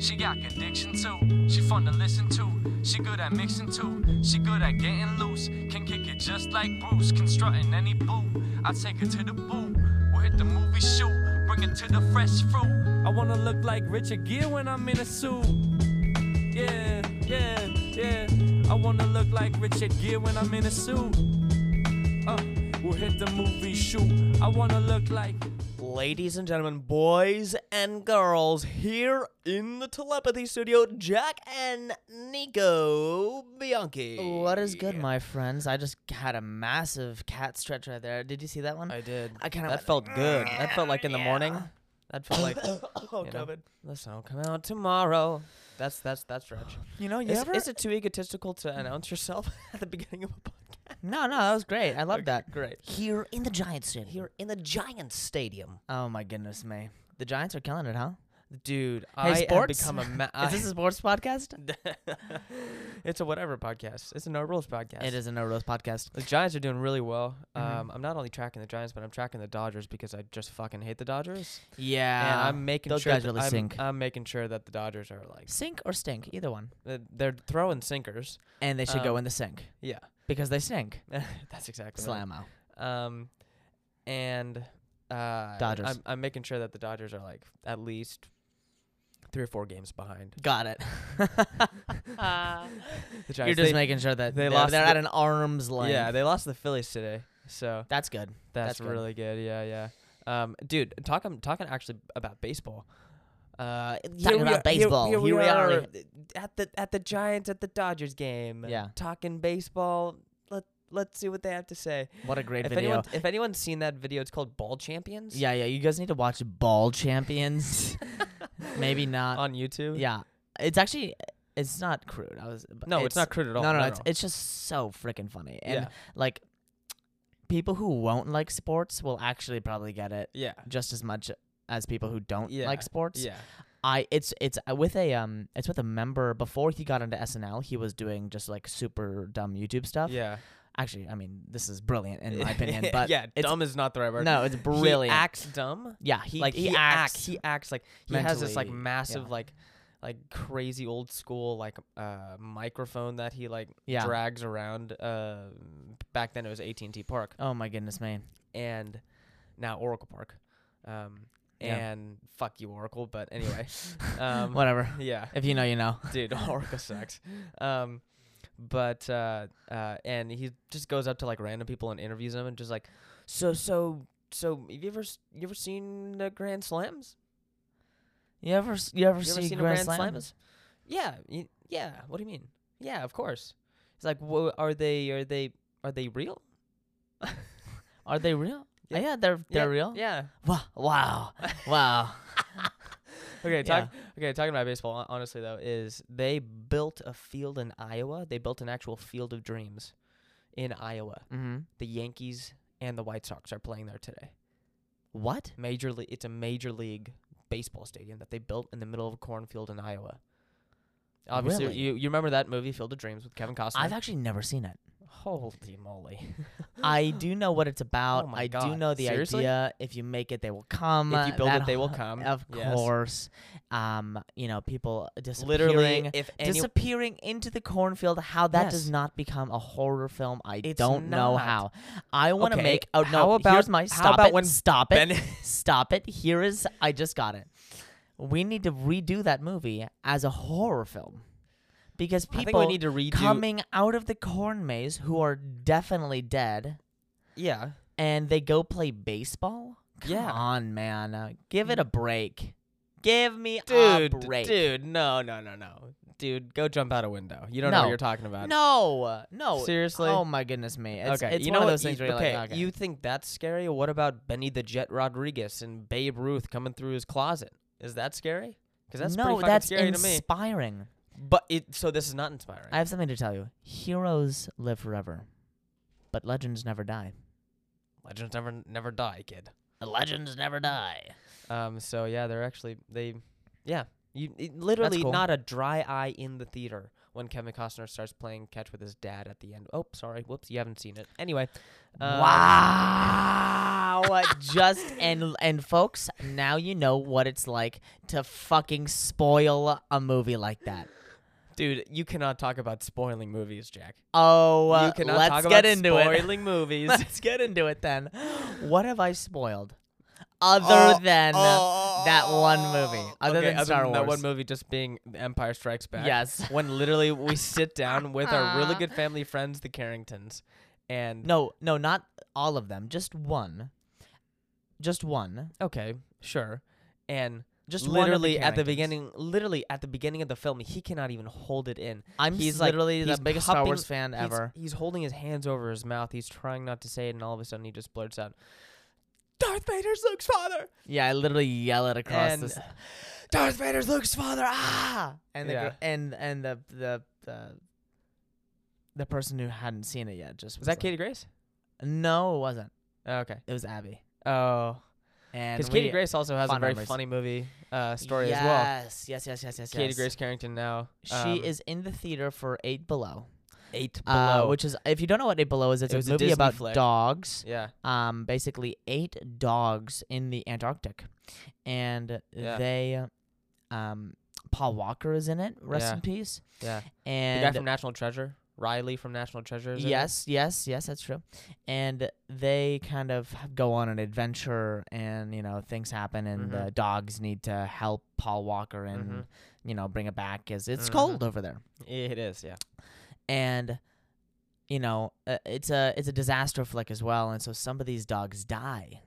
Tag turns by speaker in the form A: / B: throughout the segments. A: She got conviction too. She fun to listen to. She good at mixing too. She good at getting loose. Can kick it just like Bruce. Constructing any boo. I take her to the boo. We'll hit the movie shoot. Bring it to the fresh fruit. I wanna look like Richard Gere when I'm in a suit. Yeah, yeah, yeah. I wanna look like Richard Gere when I'm in a suit. Uh, we'll hit the movie shoot. I wanna look like.
B: Ladies and gentlemen, boys and girls, here in the telepathy studio, Jack and Nico Bianchi.
C: What is good, my friends? I just had a massive cat stretch right there. Did you see that one?
B: I did.
C: I kinda
B: That
C: went-
B: felt good. That felt like in the morning. That felt like
C: oh,
B: you know, the sun will come out tomorrow. That's that's that's stretch.
C: You know, you
B: Is,
C: ever?
B: is it too egotistical to announce yourself at the beginning of a podcast?
C: no, no, that was great. I loved
B: Okay,
C: that.
B: Great.
C: Here in the Giants Stadium.
B: Here in the Giants Stadium,
C: Oh my goodness, May. The Giants are killing it, huh?
B: dude. I
C: Hey,
B: have
C: sports?
B: become a. Ma-
C: is this a sports podcast?
B: it's a whatever podcast. It's a no rules podcast.
C: It is a No Rose podcast.
B: The Giants are doing really well.
C: Mhm.
B: Um, I'm not only tracking the Giants, but I'm tracking the Dodgers because I just fucking hate the Dodgers.
C: Yeah.
B: and I'm making
C: Ah, those
B: sure
C: guys
B: that
C: really
B: I'm,
C: sink.
B: I'm making sure that the Dodgers are like
C: sink or stink, either one.
B: th- they're throwing sinkers.
C: And they should go
B: Um,
C: in the sink
B: Yeah,
C: because they stink.
B: that's exactly right.
C: Slammo.
B: Um, and uh,
C: Dodgers.
B: I'm, I'm making sure that the Dodgers are like at least three or four games behind
C: Got it.
B: the Giants.
C: You're just
B: They-
C: making sure that
B: they
C: they
B: lost
C: lost they're
B: the-
C: at an arm's length.
B: yeah, they lost the Phillies today, so
C: That's good.
B: That's,
C: That's good.
B: really good. Yeah, yeah. Um, dude, talking talking actually about baseball. Uh, here we
C: about
B: are- here-
C: baseball.
B: Here,
C: Here
B: we,
C: we
B: are,
C: are.
B: at the at the Giants at the Dodgers game.
C: Yeah.
B: talking baseball. Let Let's see what they have to say.
C: What a great
B: if
C: video.
B: anyone if anyone's seen that video, it's called Ball Champions.
C: yeah, yeah. You guys need to watch Ball Champions. Maybe not.
B: on YouTube.
C: yeah. It's actually it's not crude. I was but
B: no, it's, not crude at all.
C: No, no, no. It's, it's just so freaking funny. And
B: yeah,
C: like people who won't like sports will actually probably get it
B: yeah,
C: just as much as people who don't
B: Yeah,
C: like sports.
B: yeah.
C: I it's it's uh, with a um it's with a member before he got into SNL he was doing just like super dumb YouTube stuff.
B: yeah.
C: Actually, I mean this is brilliant in my opinion, but
B: yeah,
C: it's,
B: dumb is not the right word.
C: no, it's
B: He
C: brilliant.
B: acts dumb.
C: yeah,
B: he,
C: like
B: he, acts, he acts like he has this like
C: mentally,
B: massive
C: yeah.
B: like like crazy old school like uh microphone that he like
C: yeah.
B: drags around uh back then it was AT&T Park
C: oh my goodness, man.
B: and now Oracle Park um
C: Yeah.
B: and fuck you Oracle but anyway um
C: Whatever.
B: yeah
C: If you know, you know.
B: dude Oracle sucks um but uh uh and he just goes up to like random people and interviews them and just like so so so have you ever s- you ever seen the Grand Slams
C: You ever s- you ever
B: You
C: see
B: ever seen a
C: Grand,
B: Grand Slam?
C: Slams?
B: Yeah, y- yeah. What do you mean? Yeah, of course. It's like, wha are they? Are they? Are they real?
C: Are they real?
B: Yeah.
C: Yeah, they're
B: Yeah,
C: they're real.
B: Yeah.
C: Wow, wow, wow.
B: Okay. Talk, Okay. Talking about baseball, hon- honestly though, is they built a field in Iowa. They built an actual field of dreams in Iowa.
C: Mm-hmm.
B: The Yankees and the White Sox are playing there today.
C: What?
B: Major league. It's a major league baseball stadium that they built in the middle of a cornfield in Iowa. Obviously,
C: Really?
B: you you remember that movie Field of Dreams with Kevin Costner?
C: I've actually never seen it.
B: Holy moly!
C: I do know what it's about.
B: Oh my
C: I do
B: God.
C: know the
B: Seriously?
C: idea. If you make it, they will come.
B: If you build
C: That
B: it, they will
C: whole-
B: come.
C: Of
B: Yes.
C: course. Um, you know, people disappearing,
B: Literally, if any
C: disappearing into the cornfield. How that does
B: Yes.
C: not become a horror film, I
B: It's
C: don't know
B: not.
C: how. I want to
B: Okay,
C: make. Oh no!
B: how about-
C: here's my
B: how
C: stop
B: about
C: it.
B: when
C: stop it.
B: Ben-
C: stop it. Here is. I just got it. We need to redo that movie as a horror film. Because
B: I think
C: people
B: we need to redo.
C: coming out of the corn maze who are definitely dead
B: yeah.
C: and they go play baseball? Come
B: Yeah. Mm.
C: on, man. Uh, give it a break. Give me
B: dude,
C: a Ah, break.
B: dude, no, no, no, no, dude, go jump out a window. You don't know what
C: No.
B: you're talking about.
C: No, no.
B: Seriously?
C: Oh my goodness me. It's,
B: okay,
C: it's
B: you
C: one
B: know
C: of
B: what-
C: those things
B: you,
C: where you're
B: okay,
C: like, okay.
B: you think that's scary? What about Benny the Jet Rodriguez and Babe Ruth coming through his closet? Is that scary? Because that's pretty
C: no,
B: fucking
C: that's
B: scary to me.
C: inspiring.
B: But it so this is not inspiring.
C: I have something to tell you. Heroes live forever, but legends never die.
B: Legends never never die, kid.
C: Legends never die.
B: Um, so yeah, they're actually they, yeah, You it- literally
C: cool.
B: not a dry eye in the theater when Kevin Costner starts playing catch with his dad at the end. Oh, sorry, whoops, you haven't seen it. Anyway, um,
C: wow. uh, Just and and folks, now you know what it's like to fucking spoil a movie like that.
B: dude, you cannot talk about spoiling movies, Jack.
C: Oh, uh,
B: you cannot
C: let's
B: talk about
C: get into it.
B: spoiling movies.
C: Let's get into it then. What have I spoiled? Other
B: Oh,
C: than uh, that one movie, other
B: Okay,
C: than Star
B: that one
C: Wars.
B: movie just being The Empire Strikes Back.
C: Yes.
B: When literally we sit down with our really good family friends, the Carringtons, and
C: No, no, not all of them. Just one. Just one.
B: okay, sure, and
C: Just one of the
B: literally at the
C: Carringtons.
B: beginning, literally at the beginning of the film, he cannot even hold it in.
C: I'm
B: He's like-
C: literally
B: he's
C: the biggest Star Wars
B: pumping-
C: fan
B: He's-
C: ever.
B: He's, holding his hands over his mouth. He's trying not to say it, and all of a sudden he just blurts out, "Darth Vader's Luke's father."
C: Yeah, I literally yell it across
B: And-
C: this. Darth Vader's Luke's father. Ah! And the
B: Yeah.
C: gr- and and the the the the person who hadn't seen it yet just
B: Was that
C: like-
B: Katie Grace?
C: No, it wasn't.
B: Oh, okay.
C: It was Abby.
B: Oh,
C: And
B: because Katie
C: we-
B: Grace also has a
C: fond
B: very
C: memories.
B: funny movie uh, story as well.
C: Yes, yes, yes, yes, yes.
B: Katie
C: yes.
B: Grace Carrington now.
C: She
B: um,
C: is in the theater for Eight Below,
B: eight
C: uh, which is if you don't know what Eight Below is, it's
B: It
C: a
B: was a
C: movie
B: Disney
C: about
B: flick.
C: dogs.
B: yeah,
C: um, basically eight dogs in the Antarctic, and
B: Yeah.
C: they, um, Paul Walker is in it. Rest
B: Yeah.
C: in peace.
B: yeah. the guy
C: And
B: from National Treasure, Riley from National Treasure. Is in it.
C: yes, yes, yes, that's true. And they kind of go on an adventure, and you know things happen, and
B: Mhm.
C: the dogs need to help Paul Walker and
B: Mhm.
C: you know bring it back because it's
B: Mhm.
C: cold over there.
B: it is. Yeah,
C: and you know uh, it's a it's a disaster flick as well and so some of these dogs die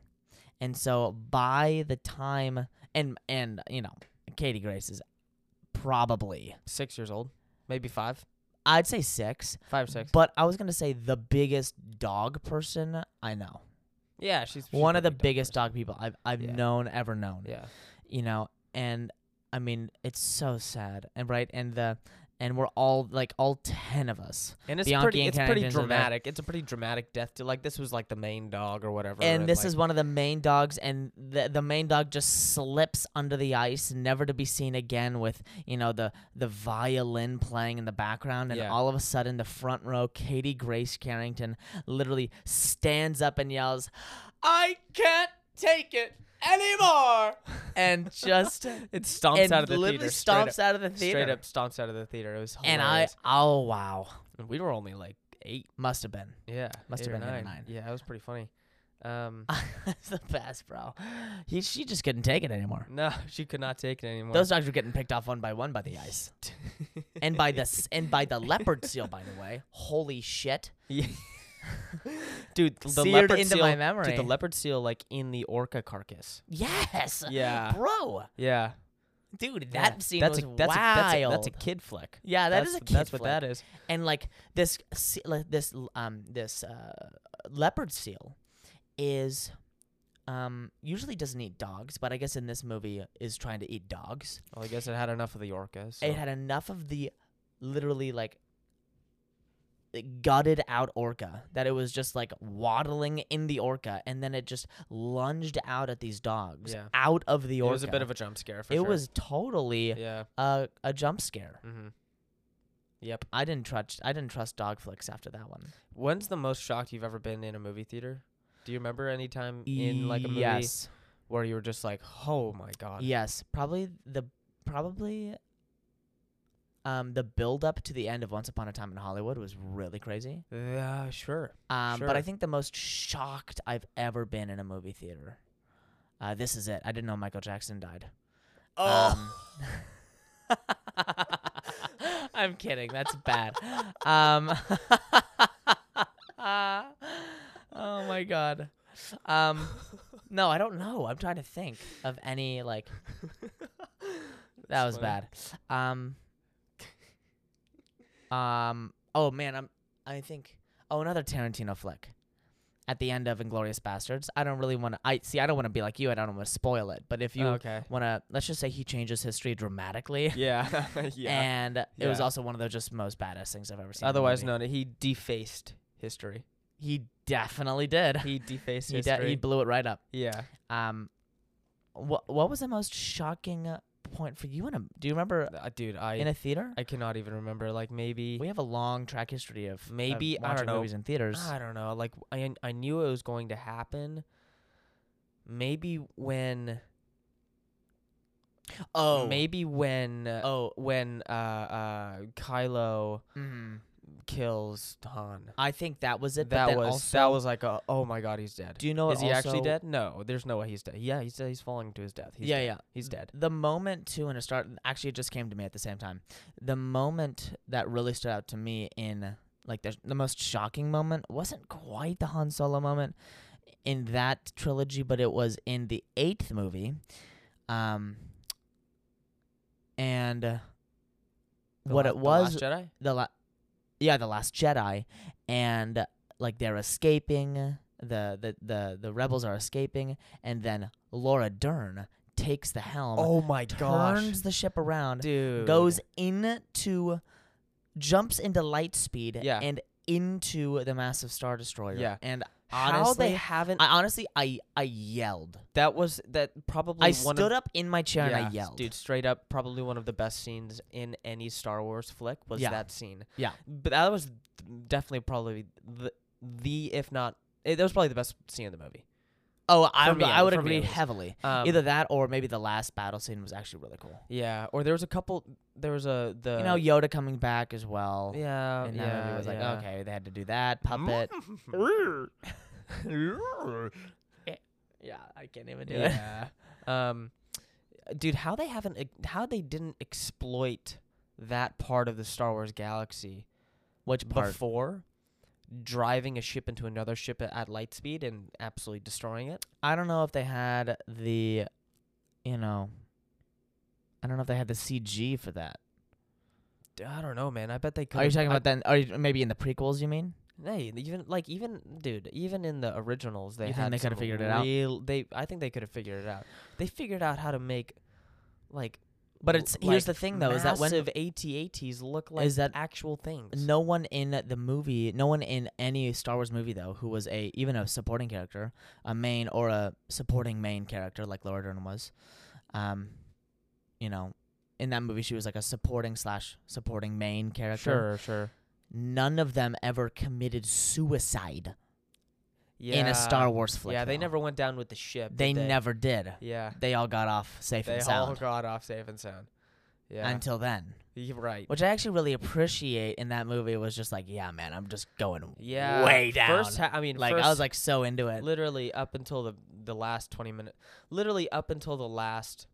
C: and so by the time and and you know katie grace is probably
B: six years old, maybe five,
C: i'd say six
B: five or six.
C: but i was gonna say the biggest dog person i know
B: yeah, she's, she's
C: one of the
B: pretty dumb
C: biggest uh,
B: person.
C: dog people i've, I've
B: Yeah.
C: known ever known
B: Yeah,
C: you know and i mean it's so sad and right and the and we're all like all 10 of us
B: and it's
C: Bianchi
B: pretty.
C: and
B: It's pretty
C: Carrington's in there.
B: dramatic. It's a pretty dramatic death. To, like this was like the main dog or whatever.
C: and this
B: like-
C: is one of the main dogs and the the main dog just slips under the ice never to be seen again with you know the the violin playing in the background and
B: Yeah.
C: all of a sudden the front row Katie Grace Carrington literally stands up and yells I can't take it anymore and just
B: it stomps
C: and
B: out of the
C: literally
B: theater. straight
C: stomps out of the
B: up,
C: theater
B: Straight up stomps out of the theater. It was
C: and I
B: hilarious.
C: oh wow
B: And we were only like eight.
C: must have been
B: Yeah,
C: Must
B: eight
C: have
B: or
C: been eight or
B: nine.
C: nine. Ah.
B: Yeah, that was pretty funny. Um,
C: that's the best bro he, she just couldn't take it anymore
B: no, she could not take it anymore.
C: Those dogs were getting picked off one by one by the ice, and by the s- and by the leopard seal. By the way, holy shit!
B: Yeah. dude, the
C: Seared
B: leopard
C: into
B: seal,
C: my
B: Dude,
C: memory.
B: the leopard seal like in the orca carcass.
C: Yes,
B: Yeah.
C: bro,
B: Yeah.
C: dude,
B: yeah.
C: that scene
B: that's
C: was
B: a, that's
C: wild.
B: A, that's, a, that's a kid flick.
C: yeah, that
B: that's,
C: is a
B: what-
C: kid
B: That's what that is.
C: And like this, se- like this, l- um, this uh, leopard seal is. Um, usually doesn't eat dogs, but I guess in this movie is trying to eat dogs.
B: Well, I guess it had enough of the orcas.
C: it had enough of the literally like gutted out orca that it was just like waddling in the orca and then it just lunged out at these dogs
B: Yeah.
C: out of the
B: it
C: orca
B: was a bit of a jump scare for
C: it
B: sure.
C: was totally
B: Yeah.
C: a, a jump scare
B: Mm-hmm. Yep.
C: i didn't trust i didn't trust dog flicks after that one
B: When's the most shocked you've ever been in a movie theater? Do you remember any time in like a movie
C: yes
B: where you were just like, "Oh my god."
C: yes probably the probably um the build up to the end of once upon a time in hollywood was really crazy
B: Yeah, sure.
C: Um, But I
B: Sure.
C: think the most shocked I've ever been in a movie theater. Uh, this is it. I didn't know Michael Jackson died. Oh, Um, I'm kidding. That's bad. Um, oh my god. Um, no, I don't know. I'm trying to think of any like. that was
B: That's funny.
C: bad. Um. Um. Oh man, I'm. I think. Oh, another Tarantino flick. At the end of Inglorious Bastards, I don't really want to. I see. I don't want to be like you. and I don't want to spoil it. But if you
B: okay.
C: want to, let's just say he changes history dramatically.
B: Yeah. yeah.
C: And it was
B: Yeah.
C: also one of the just most badass things I've ever seen. in a
B: Eh, Otherwise
C: movie.
B: known, he defaced history.
C: He definitely did.
B: He defaced
C: He, de-
B: history.
C: he blew it right up.
B: yeah.
C: Um, what what was the most shocking uh, point for you in a. Do you remember
B: Uh, dude, I
C: in a theater?
B: I cannot even remember. Like maybe
C: we have a long track history of of
B: Maybe, I don't
C: watching
B: know.
C: movies in theaters.
B: I don't know. Like I I knew it was going to happen. Maybe when
C: oh,
B: maybe when uh,
C: Oh.
B: when uh uh Kylo
C: mhm.
B: kills Han.
C: I think that was it. but
B: That
C: then
B: was
C: also,
B: that was like a oh my god he's dead.
C: Do you know? what
B: Is he actually
C: also-
B: dead? No, there's no way he's dead. Yeah, he's he's falling to his death. He's
C: yeah,
B: dead.
C: yeah.
B: He's dead.
C: The moment too, and it start actually it just came to me at the same time. The moment that really stood out to me in like the the most shocking moment wasn't quite the Han Solo moment in that trilogy, but it was in the eighth movie, um, and uh,
B: The
C: what
B: la-
C: it was
B: the Last Jedi?
C: the la- yeah the last jedi and uh, like they're escaping the, the the the rebels are escaping and then laura dern takes the helm
B: oh my gosh.
C: turns the ship around
B: Dude.
C: goes into jumps into light speed
B: Yeah.
C: and into the massive star destroyer
B: Yeah.
C: and
B: how they
C: honestly
B: haven't
C: i honestly i i yelled
B: that was that probably
C: i
B: one
C: stood
B: of
C: up in my chair and i
B: Yeah,
C: yelled
B: Dude, straight up, probably one of the best scenes in any Star Wars flick was
C: Yeah.
B: that scene.
C: Yeah.
B: But that was definitely probably the, the if not, it, that was probably the best scene in the movie.
C: oh i,
B: for me,
C: I would
B: for me it
C: agree
B: was.
C: heavily
B: Um,
C: either that or maybe the last battle scene was actually really cool
B: Yeah, or there was a couple, there was a, the.
C: you know Yoda coming back as well.
B: yeah,
C: and that
B: yeah,
C: movie was like,
B: yeah.
C: okay, they had to do that puppet. yeah, I can't even
B: yeah. um, dude, how they haven't, ex- how they didn't exploit that part of the Star Wars galaxy
C: Which part?
B: before driving a ship into another ship at, at light speed and absolutely destroying it.
C: I don't know if they had the, you know, I don't know if they had the CG for that.
B: D- I don't know, man. I bet they could.
C: Are you talking about that? Are you, maybe in the prequels? You mean?
B: Hey, even like even dude, even in the originals, they
C: You think
B: had
C: they coulda
B: some
C: figured it out?
B: real- They, I think they could have figured it out. They figured out how to make like.
C: But
B: l-
C: it's here's
B: like,
C: the thing though, is that when
B: massive AT-ATs look like
C: is that
B: actual things?
C: no one in the movie, no one in any Star Wars movie though, who was a even a supporting character, a main or a supporting main character like Laura Dern was, um, you know, in that movie she was like a supporting slash supporting main
B: sure,
C: character.
B: sure.
C: None of them ever committed suicide
B: Yeah.
C: in a Star Wars flick.
B: Yeah, they
C: though.
B: never went down with the ship. did
C: They, never did.
B: Yeah,
C: They all got off safe
B: they
C: and
B: all
C: sound
B: got off safe and sound. Yeah,
C: until then,
B: you're right.
C: which I actually really appreciate in that movie. Was just like, yeah, man, I'm just going
B: Yeah,
C: way down.
B: First, ha- I mean,
C: like
B: first,
C: I was like so into it.
B: literally up until the the last 20 minute literally up until the last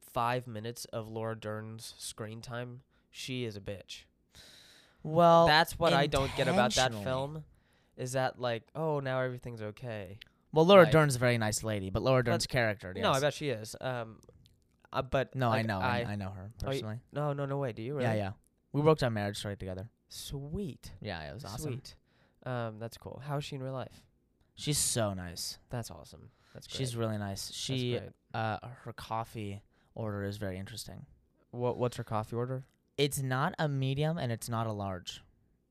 B: 5 minutes of Laura Dern's screen time she is a bitch
C: Well,
B: that's what I don't get about that
C: intentionally.
B: film is that like oh now everything's okay
C: well, Laura
B: like-
C: Dern's a very nice lady, but Laura Dern's character.
B: no I
C: yes.
B: bet she is um uh, but
C: No, I
B: like,
C: know. I, I know her
B: Are you-
C: personally.
B: no no no way do you really
C: Yeah, yeah. We worked on Marriage Story together.
B: sweet
C: Yeah, it was awesome.
B: sweet um that's cool how is she in real life
C: She's so nice.
B: that's awesome that's great.
C: She's really nice.
B: That's
C: She,
B: great.
C: uh, her coffee order is very interesting.
B: what what's her coffee order
C: It's not a medium and it's not a large.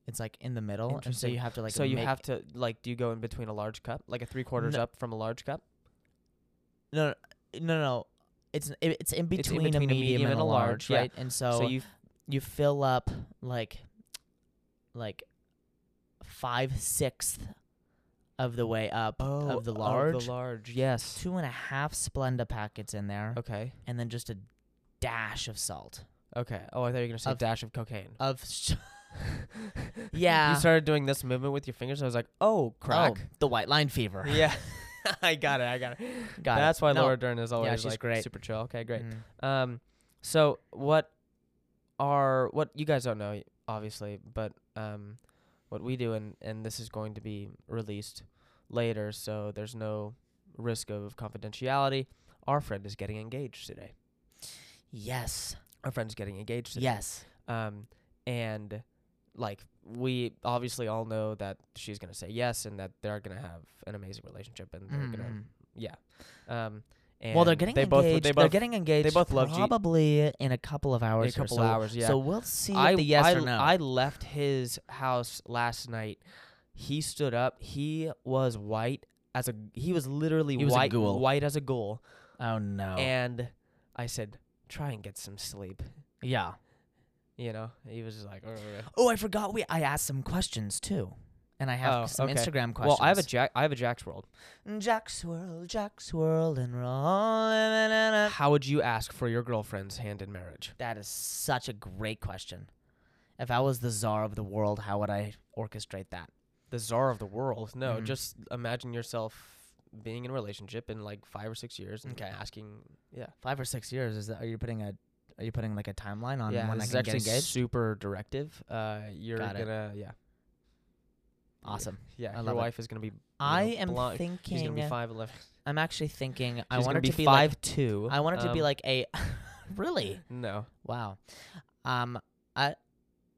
C: It's like in the middle, and so
B: Interesting.
C: you have to like.
B: so you
C: make-
B: have to like do you go in between a large cup like a three quarters
C: No.
B: up from a large cup
C: no, no, no, no. It's n- it- it's in
B: It's in
C: between,
B: between
C: a medium and a large,
B: yeah.
C: right? And so,
B: so you
C: you fill up like like five sixth of the way up oh, of the large.
B: Oh, the large yes
C: Two and a half Splenda packets in there,
B: okay
C: and then just a dash of salt.
B: okay oh i thought you were gonna say
C: Of-
B: dash of cocaine
C: Of sh- yeah,
B: you started doing this movement with your fingers i was like oh crack
C: Oh, the white line fever.
B: yeah i got it i got it
C: Got it.
B: that's why
C: No.
B: laura dern is always
C: she's
B: like
C: great.
B: super chill okay great
C: Mm.
B: um so what are what you guys don't know obviously but um what we do and and this is going to be released later so there's no risk of confidentiality our friend is getting engaged today
C: Yes,
B: our friend's getting engaged today.
C: yes.
B: um and like we obviously all know that she's going to say yes and that they're going to have an amazing relationship and they're going to
C: Mm.
B: yeah um and
C: Well, they're getting
B: they
C: engaged.
B: both they
C: are
B: both
C: getting engaged.
B: both love G-
C: probably in a couple of
B: in
C: hours.
B: a couple
C: or so.
B: hours yeah
C: So we'll see
B: I,
C: if the yes
B: I,
C: or no.
B: I left his house last night. He stood up. He was white as a he was literally
C: He was a
B: white
C: ghoul.
B: white as a ghoul.
C: oh no.
B: And I said, try and get some sleep.
C: Yeah.
B: You know, he was just like, "Ugh."
C: Oh, I forgot. We I asked some questions too, and I have
B: Oh,
C: some
B: okay.
C: Instagram
B: well,
C: questions.
B: I have a Jack, I have a Jack's World.
C: Jack swirl, Jack swirl, and roll.
B: Uh, How would you ask for your girlfriend's hand in marriage?
C: That is such a great question. If I was the czar of the world, how would I orchestrate that?
B: The czar of the world. No,
C: Mhm.
B: just imagine yourself being in a relationship in like five or six years and
C: Okay.
B: asking, yeah,
C: Five or six years is that? Are you putting a? Are you putting like a timeline on
B: yeah,
C: when
B: this
C: I
B: is
C: can get
B: actually
C: engaged?
B: super directive. Uh, you're
C: Got it.
B: gonna, yeah,
C: awesome.
B: yeah,
C: I
B: your
C: love it.
B: wife is gonna be. you know,
C: I am
B: blonde.
C: thinking.
B: She's gonna be five eleven.
C: I'm actually thinking. I
B: She's
C: want
B: gonna
C: it
B: be
C: to be
B: five
C: like.
B: two.
C: I want it to be
B: um,
C: like a. really.
B: no.
C: Wow. Um I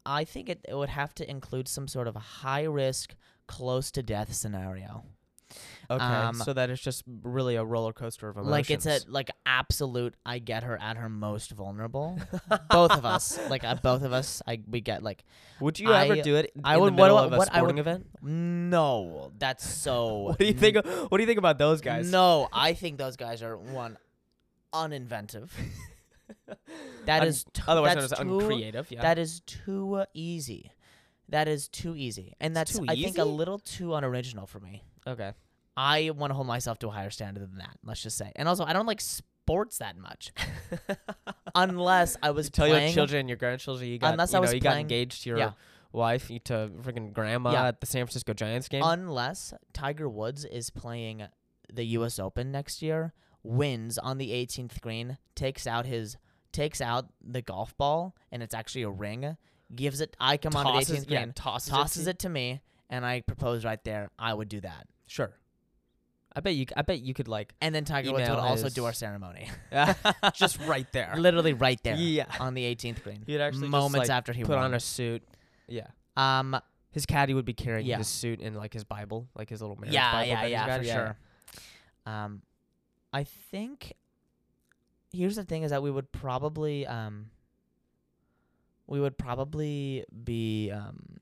C: I think it, it would have to include some sort of high risk, close to death scenario.
B: Okay,
C: Um,
B: so that it's just really a roller coaster of emotions.
C: Like it's a like absolute I get her at her most vulnerable. both of us. Like uh, both of us I we get like
B: Would you ever
C: I-
B: do it? In
C: I
B: the
C: would- what
B: middle
C: I-
B: of a
C: what I would-
B: sporting event.
C: no, that's so
B: What do you think? What do you think about those guys?
C: No, I think those guys are one uninventive. That
B: Un-
C: is t-
B: Otherwise,
C: that's
B: known as
C: too-
B: uncreative. Yeah.
C: That is too uh, easy. That is too easy. And
B: It's
C: that's
B: too
C: I think a
B: easy?
C: little too unoriginal for me.
B: okay.
C: I want to hold myself to a higher standard than that. Let's just say. And also, I don't like sports that much, unless I was
B: you tell
C: playing.
B: your children, your grandchildren, you got,
C: Unless
B: you
C: I
B: know,
C: was
B: you got
C: playing-
B: engaged to your
C: Yeah.
B: wife, you to freaking grandma
C: Yeah.
B: at the San Francisco Giants game.
C: Unless Tiger Woods is playing the U.S. Open next year, wins on the 18th green, takes out his takes out the golf ball, and it's actually a ring. Gives it. I come on onto the 18th
B: yeah,
C: green,
B: tosses,
C: tosses
B: to-
C: it to me, and I propose right there. I would do that.
B: Sure. I bet you. I bet you could like
C: And then Tiger Woods would
B: Email
C: also
B: is-
C: do our ceremony,
B: just right there. Uh,
C: literally right there
B: Yeah.
C: on the 18th green.
B: You'd actually just,
C: moments
B: like,
C: after he
B: Put
C: won.
B: on a suit. Yeah.
C: Um,
B: His caddy would be carrying
C: Yeah.
B: his suit and like his Bible, like his little marriage
C: yeah,
B: Bible.
C: yeah,
B: that he's
C: yeah,
B: got.
C: for sure. Um, I think. Here's the thing: is that we would probably, um, we would probably be, um,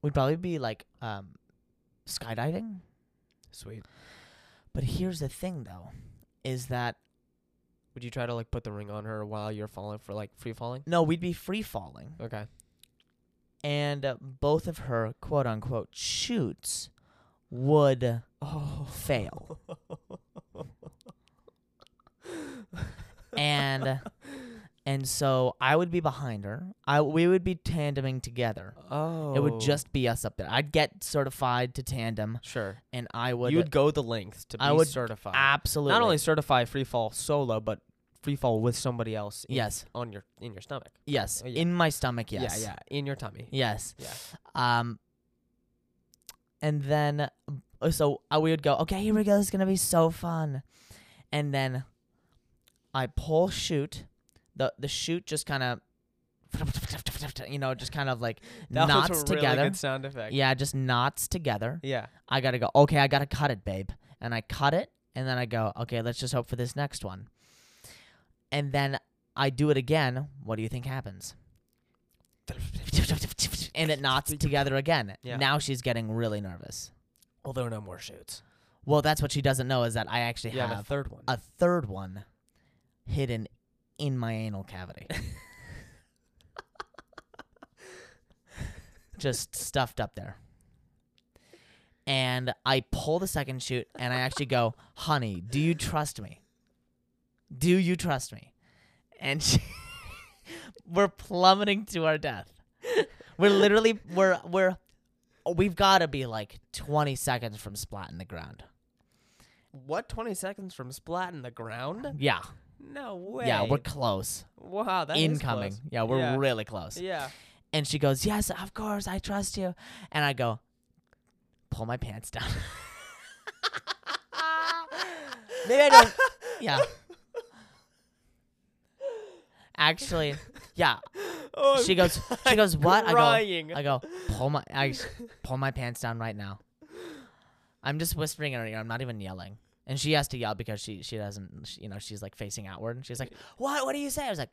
C: we'd probably be like, um, skydiving.
B: Sweet.
C: But here's the thing, though, is that
B: Would you try to like put the ring on her while you're falling for like free falling?
C: no, we'd be free falling.
B: Okay.
C: and uh, both of her quote unquote shoots would
B: Oh,
C: fail. and and so I would be behind her. I we would be tandeming together.
B: Oh.
C: It would just be us up there. I'd get certified to tandem,
B: sure.
C: and I would
B: You'd go the length to be
C: I would
B: certified.
C: absolutely
B: Not only certify free fall solo, but free fall with somebody else. in-
C: yes,
B: On your in your stomach.
C: yes,
B: Oh, yeah.
C: in my stomach, yes,
B: Yeah, yeah. In your tummy.
C: yes.
B: Yeah.
C: Um, and then uh, so uh, we would go, okay, here we go. This is gonna be so fun. And then I pull shoot. the The shoot just kind of, you know, just kind of like
B: That
C: knots
B: was a really
C: together.
B: good sound effect.
C: yeah, just knots together.
B: Yeah.
C: I gotta go. Okay, I gotta cut it, babe. And I cut it, and then I go, okay, let's just hope for this next one. And then I do it again. What do you think happens? And it knots together again.
B: Yeah.
C: Now she's getting really nervous.
B: Well, there are no more shoots.
C: Well, that's what she doesn't know is that I actually
B: You have, a
C: have
B: third one.
C: a third one hidden in my anal cavity. Just stuffed up there. And I pull the second shoot and I actually go, honey, do you trust me? Do you trust me? And she, we're plummeting to our death. We're literally, we're, we're, we've got to be like 20 seconds from splatting the ground.
B: what? Twenty seconds from splatting the ground?
C: Yeah.
B: No way.
C: Yeah, we're close.
B: wow. That is
C: Incoming.
B: close.
C: Yeah, we're
B: Yeah.
C: really close.
B: Yeah.
C: And she goes, Yes, of course, I trust you. And I go, Pull my pants down. Maybe I don't. Yeah. Actually, yeah.
B: Oh,
C: She goes, She goes, What? I go,
B: Crying.
C: I go, Pull my, I s- pull my pants down right now. I'm just whispering in her ear. I'm not even yelling. And she has to yell because she she doesn't she, you know she's like facing outward and she's like what what do you say I was like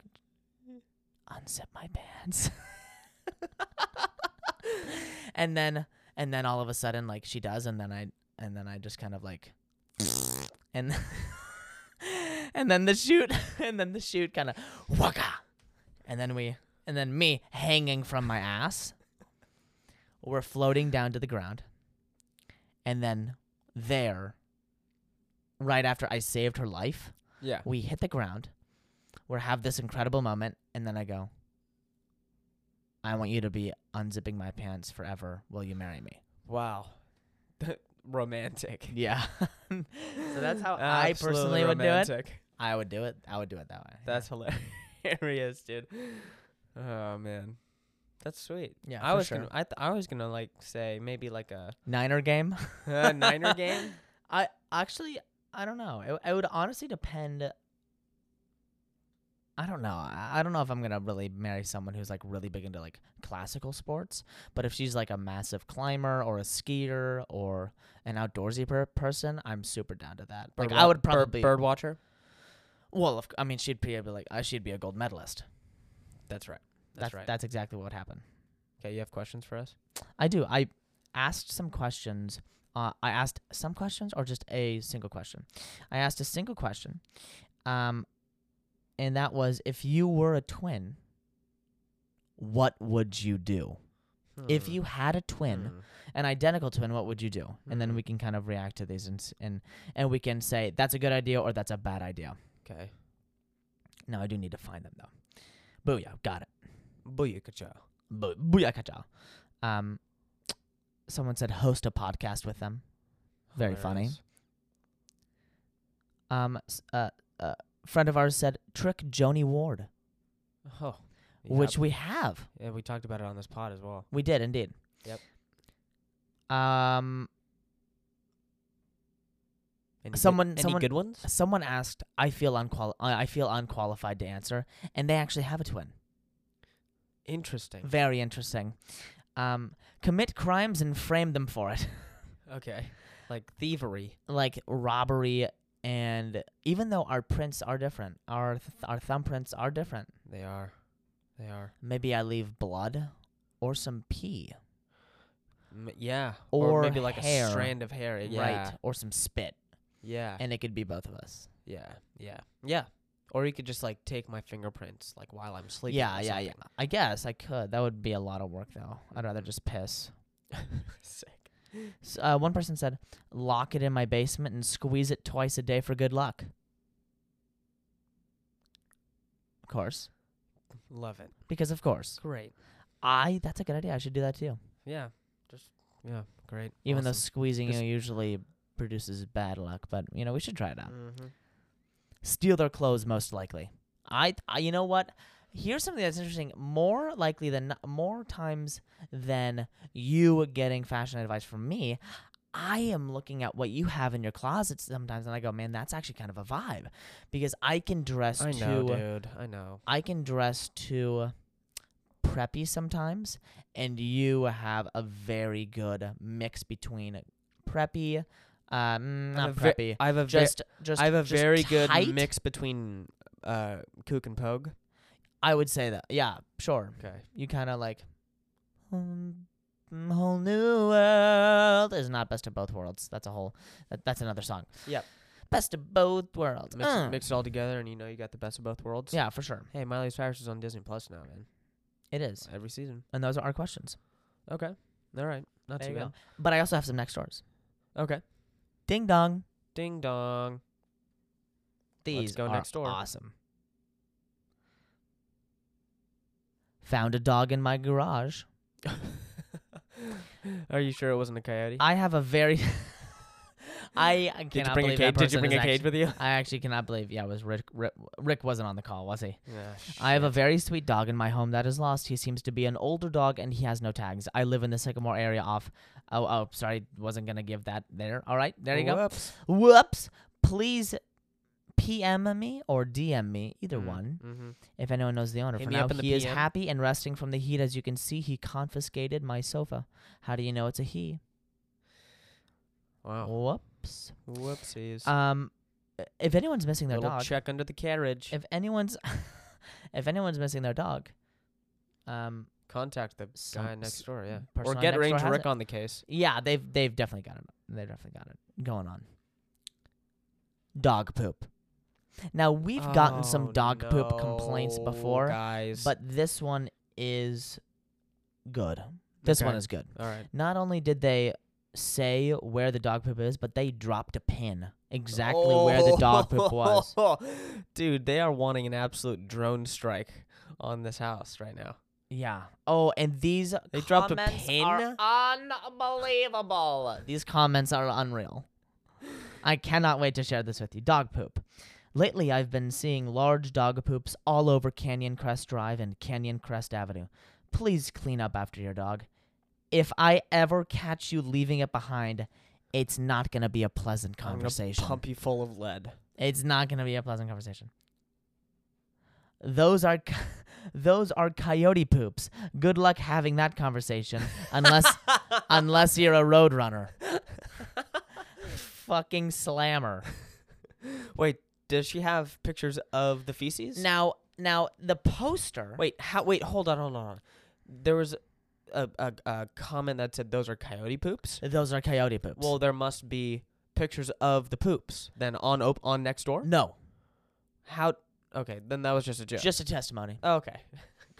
C: unzip my pants and then and then all of a sudden like she does and then I and then I just kind of like and and then the shoot, and then the shoot kind of waka, and then we, and then me hanging from my ass. We're floating down to the ground, and then there, right after I saved her life,
B: Yeah.
C: we hit the ground. We have this incredible moment, and then I go. I want you to be unzipping my pants forever. Will you marry me?
B: Wow. romantic.
C: Yeah. so that's how I personally would do it. I would do it. I would do it that way.
B: That's hilarious, dude. Oh man, that's sweet.
C: yeah.
B: I
C: for
B: was
C: sure.
B: gonna, I, th- I was gonna like say maybe like a,
C: Niner game.
B: a Niner game.
C: I actually I don't know. It, it would honestly depend. I don't know. I, I don't know if I'm gonna really marry someone who's like really big into like classical sports. But if she's like a massive climber or a skier or an outdoorsy per- person, I'm super down to that. Like I
B: wa-
C: would
B: bird-
C: probably.
B: bird watcher.
C: well, of, c- I mean, she'd be like uh, she'd be a gold medalist.
B: That's right.
C: That's That's exactly what would happen.
B: Okay, you have questions for us?
C: I do. I asked some questions. Uh, I asked some questions or just a single question. I asked a single question, um, and that was if you were a twin, what would you do? If
B: Hmm.
C: you had a twin,
B: Hmm.
C: an identical twin, what would you do? And then
B: Hmm.
C: we can kind of react to these and s- and and we can say that's a good idea or that's a bad idea.
B: Okay.
C: No, I do need to find them though. Booyah, got it.
B: Booyakacha.
C: Bo- booyakacha. Um, someone said host a podcast with them. Very funny.
B: Hilarious.
C: Um, s- uh, uh, friend of ours said trick Joni Ward,
B: Oh.
C: which
B: Yep.
C: we have.
B: yeah, we talked about it on this pod as well.
C: We did indeed.
B: Yep.
C: Um,
B: Any good-
C: Someone-
B: any
C: someone-
B: good ones?
C: someone asked, "I feel unqual, I I feel unqualified to answer," and they actually have a twin.
B: Interesting.
C: Very interesting. Um, commit crimes and frame them for it.
B: Okay. Like thievery.
C: like robbery and even though our prints are different our th- our thumbprints are different
B: They are. They are.
C: maybe i leave blood or some pee
B: M- yeah.
C: Or
B: maybe like
C: hair.
B: a strand of hair. Yeah.
C: right or some spit
B: Yeah.
C: and it could be both of us
B: yeah. Yeah. Yeah. Or you could just like take my fingerprints like while I'm sleeping.
C: yeah
B: or
C: yeah yeah
B: something.
C: i guess i could that would be a lot of work though i'd rather just piss
B: Sick.
C: S uh, one person said lock it in my basement and squeeze it twice a day for good luck of course
B: Love it.
C: because of course
B: Great.
C: i that's a good idea i should do that too
B: Yeah. Just yeah. Great.
C: Even though
B: awesome.
C: squeezing
B: This-
C: you know, usually produces bad luck, but you know we should try it out.
B: Mhm.
C: Steal their clothes, most likely. I, I you know what? Here's something that's interesting. More likely than not, more times than you getting fashion advice from me, I am looking at what you have in your closet sometimes, and I go, man, that's actually kind of a vibe, because I can dress
B: I
C: to
B: know, dude. I know.
C: I can dress to preppy sometimes, and you have a very good mix between preppy, um,
B: I
C: not
B: have a ve-
C: preppy,
B: I have a ve-
C: just just
B: I have a
C: just
B: very good
C: tight.
B: mix between uh kook and pogue.
C: I would say that, yeah, sure.
B: Okay.
C: You kind of like um, mm, whole new world is not best of both worlds. That's a whole. That, that's another song.
B: Yep.
C: best of both worlds.
B: Mix,
C: uh.
B: mix it all together and you know you got the best of both worlds.
C: Yeah, for sure,
B: Hey, Miley Cyrus is on Disney Plus now, man.
C: it is.
B: Every season.
C: And those are our questions.
B: Okay. All right. Not
C: There
B: too
C: you go.
B: bad.
C: But I also have some next doors.
B: Okay.
C: Ding dong.
B: Ding dong.
C: These
B: go
C: are
B: next door.
C: awesome. Found a dog in my garage.
B: Are you sure it wasn't a coyote?
C: I have a very. I I cannot
B: Did you bring a cage?
C: believe that
B: Did you
C: person
B: bring
C: is
B: a cage
C: actu-
B: with you?
C: I actually cannot believe. Yeah, it was Rick, Rick. Rick wasn't on the call, was he?
B: Yeah.
C: I have a very sweet dog in my home that is lost. He seems to be an older dog and he has no tags. I live in the Sycamore area off. Oh, oh, sorry, wasn't gonna give that there. All right, there you go.
B: Whoops.
C: Whoops. Please, PM me or DM me, either one.
B: Mm-hmm.
C: If anyone knows the owner,
B: Hit
C: for
B: me
C: now
B: up in the
C: he is
B: PM.
C: happy and resting from the heat. As you can see, he confiscated my sofa. How do you know it's a he?
B: Wow.
C: Whoops.
B: Whoopsies.
C: Um, if anyone's missing their
B: Little
C: Oh. dog,
B: check under the carriage.
C: if anyone's, if anyone's missing their dog, um,
B: Contact the
C: Some-
B: guy next
C: s-
B: door, yeah. Or
C: person on
B: get
C: next door
B: Ranger
C: has
B: Rick
C: it.
B: on the case.
C: yeah, they've they've definitely got it. They definitely got it going on. Dog poop. Now we've gotten some dog poop complaints
B: Oh, no,
C: before,
B: guys.
C: but this one is good. This one
B: Okay.
C: is good.
B: all right,
C: Not only did they say where the dog poop is, but they dropped a pin exactly where the dog poop was.
B: dude, they are wanting an absolute drone strike on this house right now.
C: Yeah. Oh, and these
B: They dropped a
C: comments
B: pin?
C: are unbelievable. These comments are unreal. I cannot wait to share this with you. Dog poop. Lately, I've been seeing large dog poops all over Canyon Crest Drive and Canyon Crest Avenue. Please clean up after your dog. If I ever catch you leaving it behind, it's not going to be a pleasant conversation.
B: I'm gonna pump you full of lead.
C: It's not going to be a pleasant conversation. Those are co- those are coyote poops. Good luck having that conversation unless unless you're a road runner. Fucking slammer.
B: Wait, does she have pictures of the feces?
C: Now now the poster
B: Wait, how? Wait, hold on, hold on. hold on. There was a, a a comment that said those are coyote poops.
C: those are coyote poops.
B: Well, there must be pictures of the poops then on op- on next door.
C: no,
B: How? Okay, then that was just a joke.
C: just a testimony.
B: okay.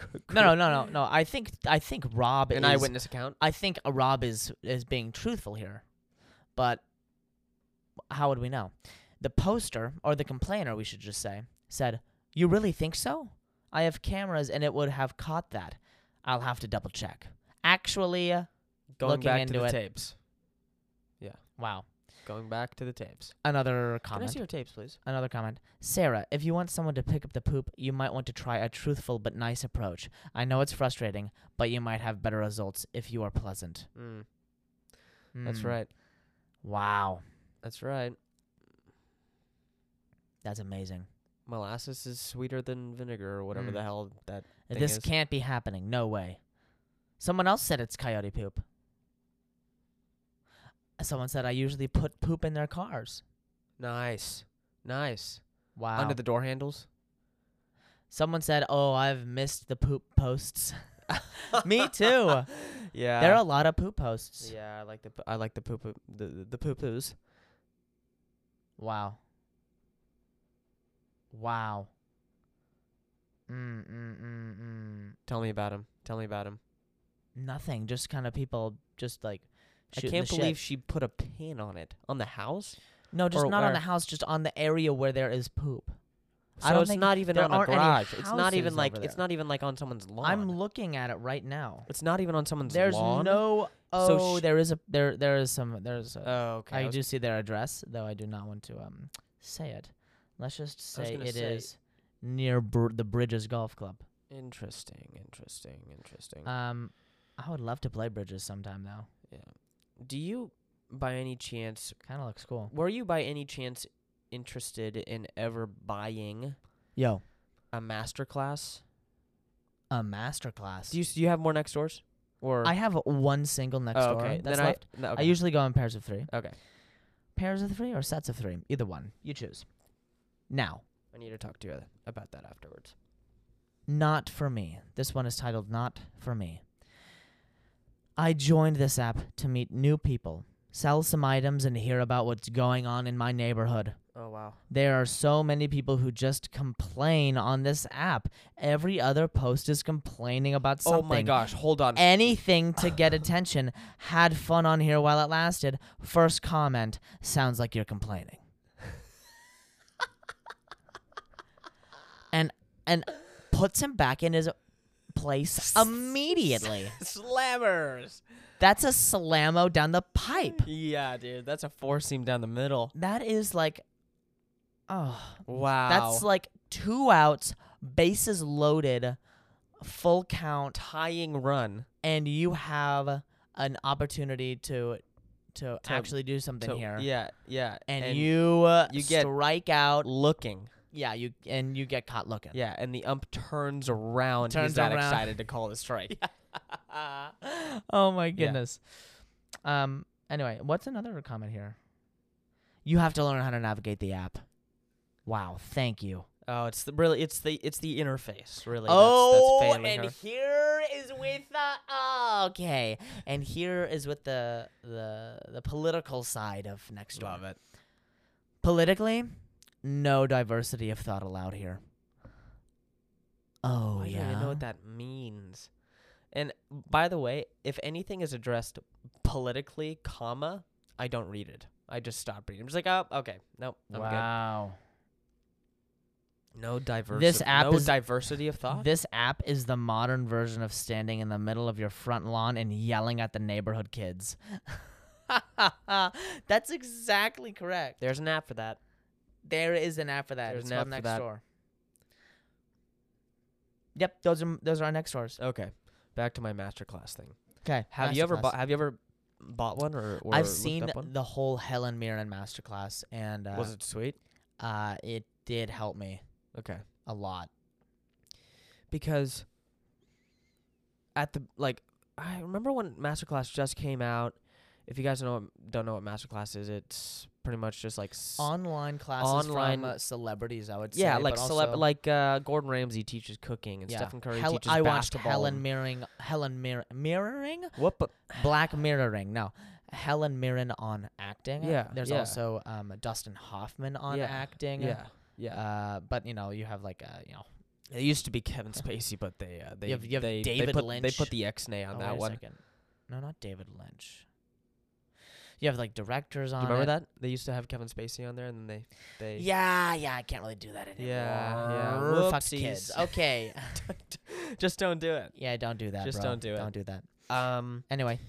C: Oh, No, no, no, no, no. I think I think Rob
B: An
C: is
B: eyewitness account.
C: I think uh, Rob is is being truthful here, but how would we know? The poster or the complainer, we should just say, said, "You really think so? I have cameras, and it would have caught that. I'll have to double check." Actually, uh,
B: Going
C: looking
B: back
C: into
B: to the
C: it.
B: tapes.
C: wow.
B: Going back to the tapes.
C: Another
B: Can I
C: comment.
B: see your tapes, please?
C: Another comment. Sarah, if you want someone to pick up the poop, you might want to try a truthful but nice approach. I know it's frustrating, but you might have better results if you are pleasant.
B: Mm, That's
C: Mm.
B: right.
C: Wow.
B: That's right.
C: That's amazing.
B: Molasses is sweeter than vinegar or whatever
C: Mm.
B: the hell that. thing is.
C: This can't be happening. No way. Someone else said it's coyote poop. Someone said I usually put poop in their cars.
B: Nice, nice.
C: Wow.
B: Under the door handles.
C: Someone said, "Oh, I've missed the poop posts." Me too.
B: Yeah.
C: there are a lot of poop posts.
B: Yeah, I like the p- I like the poo poo the the- the poo poos.
C: Wow. Wow. Mm, mm, mm, mm.
B: Tell me about him. Tell me about him.
C: Nothing. Just kind of people just like
B: I
C: shooting
B: can't
C: the shit.
B: believe she put a pin on it on the house.
C: No, just
B: or
C: not on
B: where-
C: the house, just on the area where there is poop.
B: So
C: I don't
B: it's
C: think
B: not even
C: there
B: on a
C: aren't any
B: garage. It's not even
C: houses
B: like
C: over
B: it's
C: there.
B: not even like on someone's lawn.
C: I'm looking at it right now.
B: it's not even on someone's
C: There's
B: lawn.
C: no.
B: So
C: Oh,
B: sh-
C: there is a there. There is some. There's.
B: Oh,
C: A,
B: okay. I
C: I
B: was-
C: do see their address, though I do not want to um say it. Let's just
B: I was
C: say it
B: gonna
C: is
B: say-
C: near Br- the Bridges Golf Club.
B: interesting, interesting, interesting.
C: Um, I would love to play Bridges sometime though.
B: yeah. Do you, by any chance,
C: Kind of looks cool.
B: were you by any chance interested in ever buying
C: Yo,
B: a masterclass?
C: a master class.
B: Do you s- do you have more next doors? Or
C: I have one single next
B: oh,
C: door
B: okay.
C: that's
B: then
C: left.
B: I, no,
C: I
B: okay.
C: usually go in pairs of three.
B: okay.
C: Pairs of three or sets of three. Either one. You choose. Now,
B: I need to talk to you about that afterwards.
C: Not for me. This one is titled Not for Me. I joined this app to meet new people, sell some items, and hear about what's going on in my neighborhood.
B: Oh wow.
C: There are so many people who just complain on this app. Every other post is complaining about something.
B: Oh my gosh, hold on.
C: Anything to get attention. Had fun on here while it lasted. First comment sounds like you're complaining. and and puts him back in his place immediately.
B: Slammers.
C: That's a slammo down the pipe.
B: Yeah, dude, that's a four seam down the middle.
C: That is like oh,
B: Wow.
C: that's like two outs, bases loaded, full count.
B: tying run.
C: and you have an opportunity to to,
B: To-
C: actually do something
B: So,
C: here.
B: Yeah, yeah.
C: And, you uh,
B: you
C: you
B: get-
C: get strike out.
B: looking.
C: Yeah, you and you get caught looking.
B: Yeah, and the ump turns around.
C: Turns
B: He's that
C: around.
B: excited to call the strike.
C: oh my goodness. Um. Anyway, what's another comment here? You have to learn how to navigate the app. Wow. Thank you.
B: Oh, it's the really it's the it's the interface, really. that's- that's, failing her.
C: Oh, here is with the oh, okay, and here is with the the the political side of next door.
B: Love it.
C: Politically, no diversity of thought allowed here. Oh
B: I
C: yeah.
B: don't even know what that means. And by the way, if anything is addressed politically, comma, I don't read it. I just stop reading. I'm just like, oh, okay, nope, I'm
C: wow.
B: good. No diversity.
C: This app
B: no
C: is-
B: diversity of thought.
C: This app is the modern version of standing in the middle of your front lawn and yelling at the neighborhood kids. That's exactly correct.
B: There's an app for that.
C: There is an app for that.
B: There's
C: it's
B: an app
C: called
B: for
C: next
B: that.
C: door. Yep, those are those are our next doors.
B: Okay, back to my masterclass thing.
C: Okay.
B: Have you ever bought? Have you ever bought one or? or
C: I've
B: looked
C: seen
B: up one?
C: the whole Helen Mirren masterclass, and uh,
B: Was it sweet?
C: uh, it did help me
B: Okay.
C: a lot.
B: because at the like I remember when Masterclass just came out. If you guys don't know what, don't know what Masterclass is, it's pretty much just like s-
C: Online classes
B: Online-
C: from uh, celebrities, I would say.
B: yeah, like
C: but
B: celeb
C: also-
B: like uh, Gordon Ramsay teaches cooking and Stephen Curry
C: Hel-
B: teaches
C: I watched
B: basketball.
C: Helen
B: and- uh,
C: Mirren, Helen Mir- mirroring,
B: what? But
C: Black Mirroring. No, Helen Mirren on acting.
B: Yeah,
C: There's
B: yeah.
C: also um, Dustin Hoffman on
B: Yeah,
C: acting.
B: yeah, yeah.
C: Uh, but you know, you have like uh, you know,
B: it used to be Kevin Spacey, but they uh, they
C: have- you have
B: they, they
C: David
B: put, They
C: Lynch.
B: put the X nay on
C: oh, wait
B: that
C: a
B: one.
C: second. No, not David Lynch. You have like directors
B: Do
C: on.
B: you remember
C: it.
B: that they used to have Kevin Spacey on there, and then they they
C: Yeah, yeah, I can't really do that anymore.
B: Yeah, yeah,
C: Fuck
B: whoopsies.
C: kids. Okay.
B: just don't do it.
C: yeah, don't do that.
B: Just
C: bro.
B: don't do it.
C: Don't do that.
B: Um,
C: Anyway,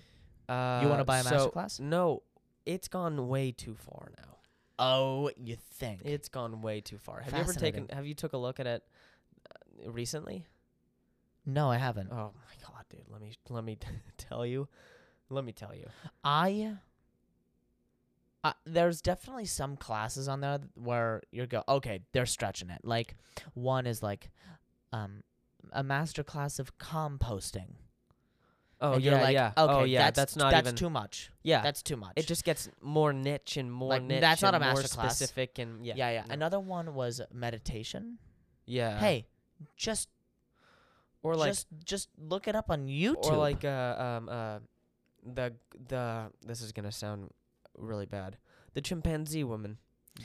B: uh,
C: you want to buy a
B: so,
C: masterclass?
B: No, it's gone way too far now.
C: Oh, you think?
B: It's gone way too far. Have you ever taken?
C: Fascinating.
B: Have you took a look at it uh, recently?
C: no, I haven't.
B: Oh my god, dude! Let me let me tell you. Let me tell you.
C: I uh, there's definitely some classes on there th- where you go, okay, they're stretching it. Like one is like um a master class of composting.
B: Oh
C: and
B: yeah,
C: you're like,
B: yeah.
C: Okay,
B: oh yeah,
C: that's,
B: that's, not
C: that's
B: even.
C: too much.
B: yeah,
C: That's too much.
B: it just gets more niche and more
C: Like,
B: niche.
C: that's not
B: and
C: a
B: more
C: masterclass.
B: specific and yeah,
C: yeah, yeah.
B: no.
C: Another one was meditation.
B: yeah.
C: hey, just
B: or like
C: just just look it up on YouTube.
B: or like uh, um uh the the this is gonna sound really bad. The chimpanzee woman,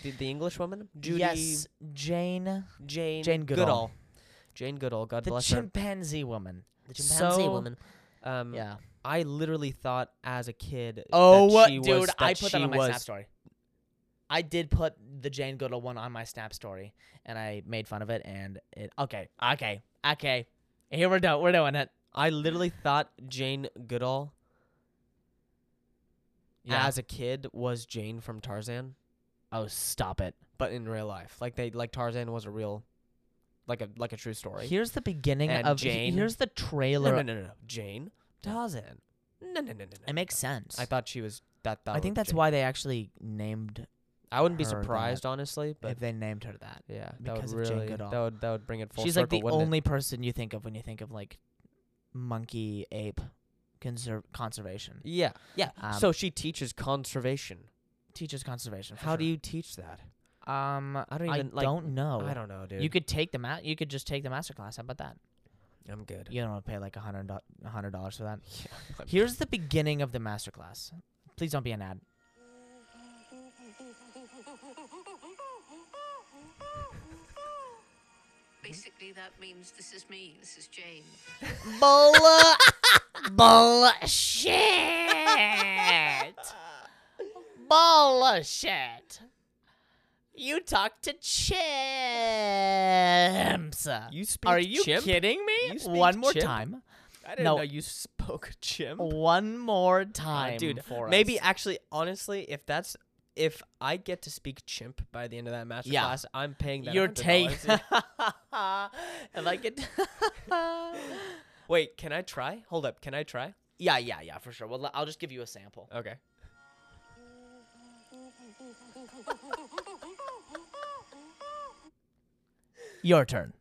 B: the, the English woman, Judy
C: yes, Jane,
B: Jane
C: Jane Goodall.
B: Jane Goodall, God
C: the
B: bless her.
C: chimpanzee woman. The chimpanzee
B: So,
C: woman.
B: Um,
C: Yeah.
B: I literally thought as a kid.
C: Oh,
B: that she
C: dude,
B: was, that
C: I put that
B: she
C: on my
B: was,
C: Snap story. I did put the Jane Goodall one on my Snap story, and I made fun of it. And it okay, okay, okay. Here we're doing, we're doing it.
B: I literally thought Jane Goodall
C: Yeah.
B: as a kid was Jane from Tarzan,
C: Oh, stop it.
B: but in real life, like they like Tarzan was a real, like a like a true story.
C: Here's the beginning
B: And
C: of
B: Jane.
C: Here's the
B: no,
C: trailer.
B: no, no, no, no, Jane Tarzan. No, no, no, no, no.
C: It makes sense.
B: I thought she was that. that
C: I think
B: was
C: that's
B: Jane.
C: why they actually named
B: I wouldn't be
C: her that-
B: surprised, honestly. But
C: if they named her that.
B: yeah, that would
C: because of Jane
B: really
C: Goodall.
B: that would that would bring it full
C: She's like
B: circle.
C: the
B: wouldn't it?
C: only person you think of when you think of like monkey ape conserv- conservation.
B: Yeah, yeah.
C: Um,
B: so she teaches conservation.
C: Teaches conservation. for
B: How do
C: sure.
B: you teach that?
C: Um, I
B: don't even,
C: I
B: like,
C: don't know.
B: I don't know, dude.
C: You could take the ma- You could just take the master class. How about that?
B: I'm good.
C: You don't want to pay like a hundred do- a hundred dollars for that. Here's the beginning of the master class. Please don't be an ad.
D: Basically, that means this is me, this is Jane.
C: Bull bullshit. bullshit. You talk to chimps.
B: You speak
C: Are you
B: chimp?
C: kidding me?
B: You speak
C: One more
B: chimp?
C: time.
B: I didn't
C: No.
B: know you spoke chimp.
C: One more time,
B: Uh, dude,
C: For
B: maybe
C: us.
B: actually, honestly, if that's if I get to speak chimp by the end of that master
C: Yeah.
B: class, I'm paying that.
C: Your take.
B: $100.
C: if I could.
B: Wait, can I try? Hold up, can I try?
C: yeah, yeah, yeah, for sure. Well, I'll just give you a sample.
B: Okay.
C: Your turn.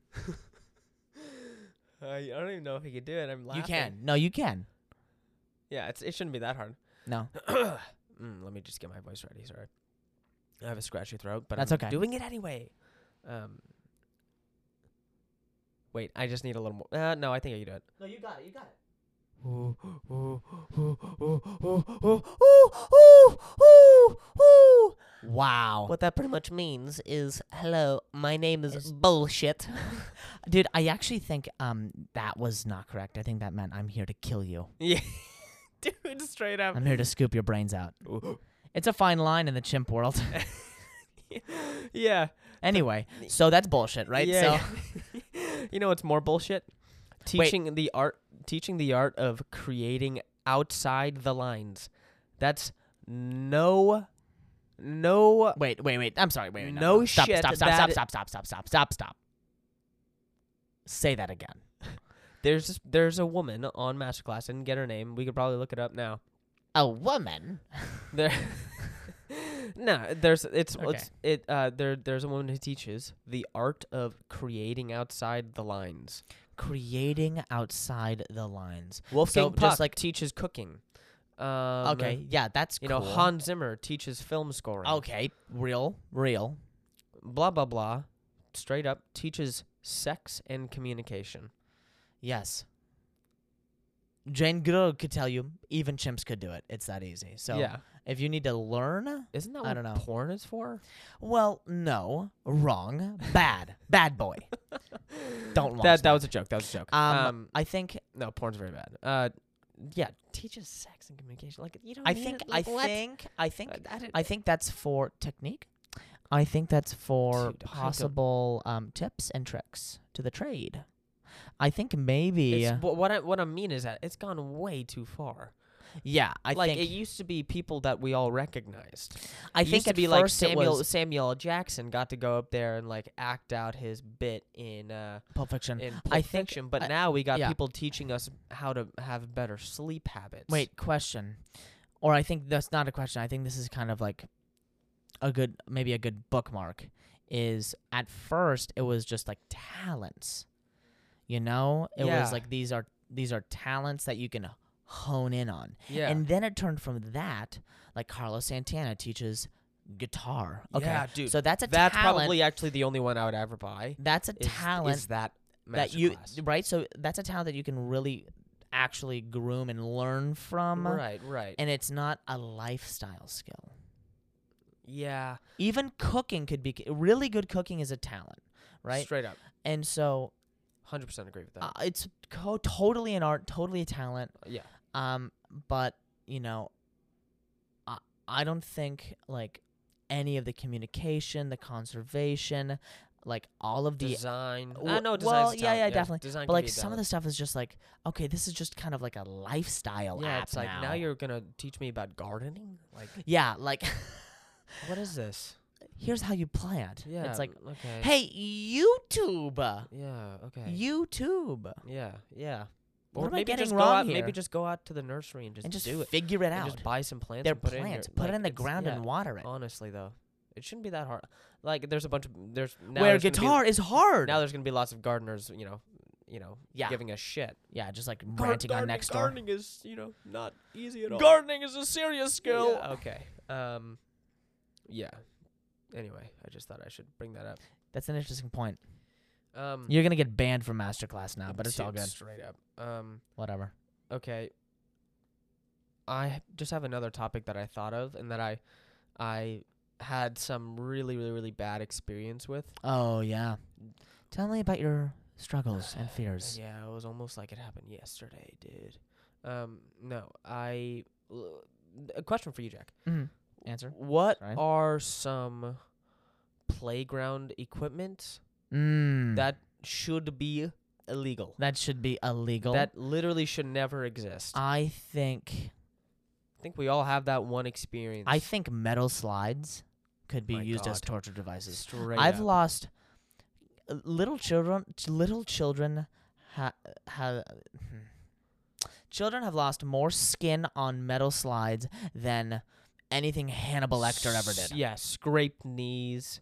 B: I I don't even know if he could do it. I'm laughing.
C: You can. No, you can.
B: Yeah, it's it shouldn't be that hard.
C: No.
B: Mm, let me just get my voice ready. Sorry, I have a scratchy throat, but
C: That's
B: I'm
C: okay.
B: Doing it anyway. Um. Wait, I just need a little more. Uh, no, I think I can do it.
C: No, you got it. You got it.
B: Ooh, ooh, ooh, ooh, ooh, ooh, ooh, ooh, ooh.
C: Wow.
B: What that pretty much means is, hello, my name is bullshit.
C: Dude, I actually think um that was not correct. I think that meant I'm here to kill you.
B: yeah, dude, straight up.
C: I'm here to scoop your brains out.
B: Ooh.
C: It's a fine line in the chimp world.
B: Yeah,
C: anyway, so that's bullshit, right?
B: Yeah,
C: so
B: yeah. you know what's more bullshit?
C: Wait.
B: Teaching the art, teaching the art of creating outside the lines. That's no, no.
C: wait, wait, wait. I'm sorry. Wait, wait.
B: No
C: stop,
B: shit,
C: Stop, stop,
B: that
C: stop,
B: i-
C: stop, stop, stop, stop, stop, stop. Say that again.
B: There's this- there's a woman on MasterClass. I didn't get her name. We could probably look it up now.
C: A woman.
B: There. no, there's it's
C: Okay.
B: it's it uh there there's a woman who teaches the art of creating outside the lines.
C: Creating outside the lines.
B: Wolfgang
C: just
B: Puck
C: like-
B: teaches cooking. Um,
C: okay, yeah, that's
B: You
C: cool.
B: know, Hans Zimmer teaches film scoring.
C: Okay, real, real.
B: Blah blah blah. Straight up teaches sex and communication.
C: Yes. Jane Goodall could tell you even chimps could do it. It's that easy. So
B: yeah,
C: if you need to learn,
B: isn't that
C: I
B: what
C: don't know.
B: porn is for?
C: well, no, wrong, bad, bad boy. Don't watch
B: that that
C: that.
B: was a joke. That was a joke.
C: Um, I think
B: no, porn's very bad. Uh, yeah, teaches sex and communication. Like you don't.
C: I
B: need
C: think
B: it, like,
C: I
B: what?
C: think I think
B: Uh, I don't-
C: I think that's for technique. I think that's for
B: Dude, I don't-
C: possible um, tips and tricks to the trade. I think maybe
B: It's, wh- what I what I mean is that it's gone way too far.
C: yeah. I
B: like
C: think
B: it used to be people that we all recognized.
C: I
B: It
C: think
B: used to
C: at
B: be like
C: first it
B: Samuel
C: was
B: Samuel L. Jackson got to go up there and like act out his bit in uh
C: Pulp Fiction.
B: in
C: I
B: Pulp
C: think-
B: Fiction, but
C: I-
B: now we got
C: yeah.
B: people teaching us how to have better sleep habits.
C: Wait, question. Or I think that's not a question. I think this is kind of like a good, maybe a good bookmark. Is at first it was just like talents, you know. It
B: Yeah.
C: was like these are these are talents that you can hone in on,
B: yeah,
C: and then it turned from that like Carlos Santana teaches guitar. Okay,
B: Yeah, dude.
C: So that's a
B: that's
C: talent.
B: probably actually the only one I would ever buy.
C: that's a
B: Is,
C: talent
B: is that
C: that you
B: masterclass.
C: right. So that's a talent that you can really actually groom and learn from
B: right, right,
C: and it's not a lifestyle skill.
B: yeah,
C: Even cooking could be really good cooking is a talent, right?
B: straight up,
C: And so
B: hundred percent agree with that.
C: uh, it's co- totally an art, totally a talent.
B: yeah,
C: Um, but you know, I I don't think like any of the communication, the conservation, like all of the
B: design.
C: Well-
B: I know design.
C: well, yeah, yeah, definitely.
B: Design
C: but
B: can
C: like
B: be a
C: some of
B: talent.
C: the stuff is just like okay, this is just kind of like a lifestyle
B: yeah,
C: app
B: it's like
C: now.
B: now. you're gonna teach me about gardening. Like,
C: yeah, like
B: what is this?
C: here's how you plant.
B: Yeah,
C: it's like
B: okay,
C: hey YouTube.
B: yeah, okay,
C: YouTube
B: yeah, yeah.
C: What
B: or
C: am I
B: maybe
C: getting
B: just go
C: wrong
B: out,
C: here?
B: Maybe just go out to the nursery and just,
C: and just
B: do it.
C: figure it
B: and
C: out.
B: just buy some plants.
C: They're
B: and put It in
C: plants.
B: your-
C: put
B: like,
C: it in the
B: it's-
C: ground
B: yeah, Oh,
C: and water it.
B: Honestly, though, it shouldn't be that hard. Like, there's a bunch of there's now
C: Where
B: there's gonna be-
C: guitar is hard.
B: Now there's gonna be lots of gardeners. You know, you know,
C: Yeah.
B: giving a shit.
C: yeah, just like ranting on next door.
B: gardening is you know not easy at all.
C: Gardening is a serious
B: Yeah, okay. Um. Yeah. Anyway, I just thought I should bring that up.
C: That's an interesting point.
B: Um.
C: You're gonna get banned from MasterClass now, but it's all
B: dude,
C: good.
B: Straight up. Um.
C: Whatever.
B: Okay. I h- just have another topic that I thought of and that I, I had some really really really bad experience with.
C: Oh yeah. Tell me about your struggles and fears.
B: Yeah, it was almost like it happened yesterday, dude. Um. No, I. l- A question for you, Jack.
C: Mhm. Answer.
B: What
C: Sorry.
B: are some playground equipment
C: Mm.
B: that should be illegal.
C: that should be illegal.
B: That literally should never exist.
C: I think
B: I think we all have that one experience.
C: I think metal slides could be
B: My
C: used as
B: God.
C: torture devices.
B: straight
C: I've
B: up.
C: lost uh, little children. ch- Little children ha, ha, children have lost more skin on metal slides than anything Hannibal Lecter ever
B: S-
C: did.
B: Yeah, scraped knees.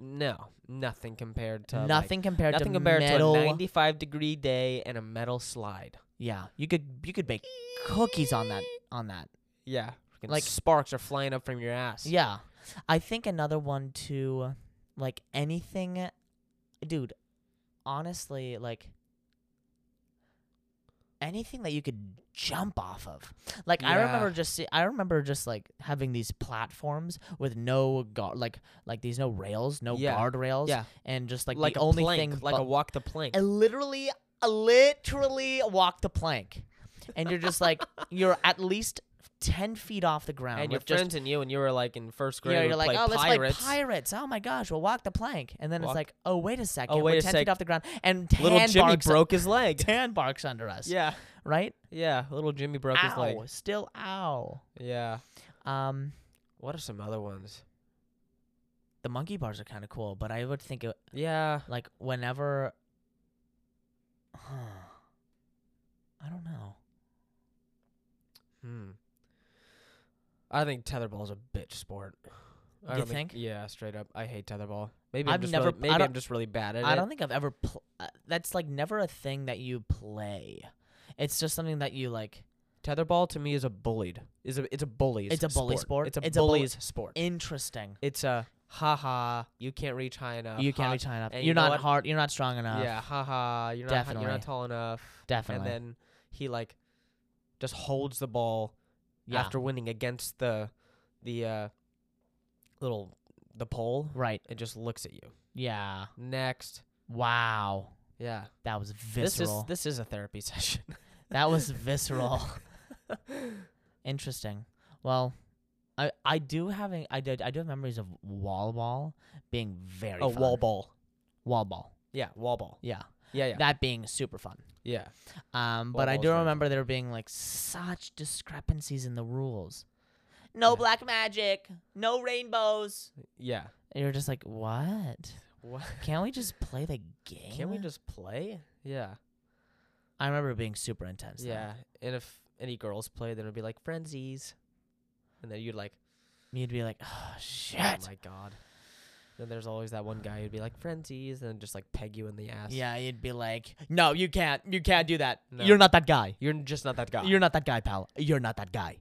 B: No, nothing compared to like-
C: nothing compared
B: nothing
C: to
B: compared
C: metal.
B: to a 95 degree day and a metal slide.
C: yeah, you could you could bake cookies on that on that.
B: Yeah, freaking
C: Like-
B: sparks are flying up from your ass.
C: Yeah, I think another one too, like anything, dude. Honestly, like anything that you could jump off of. Like I
B: Yeah.
C: remember just see, I remember just like having these platforms with no guard, like like these no rails, no
B: Yeah.
C: guardrails,
B: Yeah.
C: and just like,
B: like
C: the
B: a
C: only
B: plank,
C: thing
B: like a
C: bu-
B: walk the plank.
C: I literally, I literally walk the plank, and you're just like you're at least ten feet off the ground.
B: and your
C: with just,
B: friends and you, and you were like in first
C: you
B: grade.
C: know,
B: would
C: you're like,
B: play
C: oh, let's
B: pirates.
C: play pirates. Oh my gosh, we'll walk the plank, and then
B: Walk.
C: it's like, oh wait a second,
B: wait
C: we're
B: a
C: ten
B: sec.
C: feet off the ground, and tan
B: Little Jimmy
C: barks,
B: broke his leg.
C: tan barks under us.
B: yeah,
C: right.
B: yeah. Little Jimmy broke his leg.
C: Ow, still ow.
B: Yeah.
C: Um,
B: What are some other ones?
C: the monkey bars are kind of cool, but I would think it,
B: Yeah.
C: like whenever. I don't know.
B: Hmm. I think tetherball's a bitch sport. I
C: You
B: don't
C: think?
B: Yeah, straight up. I hate tetherball. Maybe I'm
C: I've
B: just
C: never-
B: really,
C: I
B: maybe
C: don't-
B: I'm just really bad at it.
C: I don't think I've ever. Pl- uh, that's like never a thing that you play. It's just something that you like
B: Tetherball to me is a bullied. Is a it's a bullies.
C: It's a bully sport.
B: It's a
C: It's a bull-
B: bullies sport.
C: interesting.
B: It's a ha ha. You can't reach high enough.
C: you can't
B: ha-
C: reach high enough.
B: and
C: You're
B: you know
C: not
B: what?
C: hard. You're not strong enough.
B: Yeah, ha ha. You're not hi- you're
C: Definitely.
B: not tall enough.
C: Definitely.
B: And then he like just holds the ball
C: Yeah.
B: after winning against the the uh, little the pole
C: Right.
B: and just looks at you.
C: Yeah.
B: Next.
C: Wow.
B: Yeah.
C: That was visceral.
B: This is this is a therapy session.
C: that was visceral. interesting. Well, I I do having I did I do have memories of wall ball being very
B: oh,
C: fun.
B: wall ball.
C: wall ball.
B: Yeah, wall ball.
C: Yeah.
B: Yeah, yeah.
C: That being super fun.
B: yeah.
C: Um,
B: Wall
C: but I
B: ball's
C: do
B: very
C: remember there being like such discrepancies in the rules. No
B: Yeah.
C: black magic, no rainbows.
B: Yeah.
C: And you're just like, what?
B: What?
C: Can't we just play the game?
B: Can we just play? Yeah.
C: I remember it being super intense. though.
B: Yeah. And if any girls played, then it'd be like frenzies. And then you'd like,
C: You'd be like, oh shit.
B: oh my god. Then there's always that one guy who'd be like frenzies and then just like peg you in the ass.
C: yeah, you'd be like, no, you can't. You can't do that.
B: No.
C: You're not that guy.
B: You're just not that guy. Oh
C: You're not that guy, pal. You're not that guy.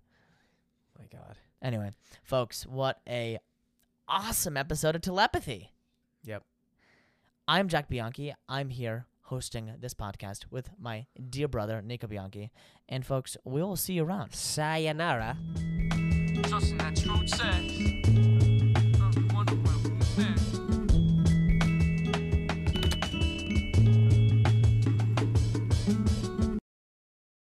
B: my god.
C: Anyway, folks, what a awesome episode of telepathy.
B: Yep.
C: I'm Jack Bianchi. I'm here hosting this podcast with my dear brother Nico Bianchi. And folks, we will see you around.
B: Sayonara.
A: Trusting that truth says.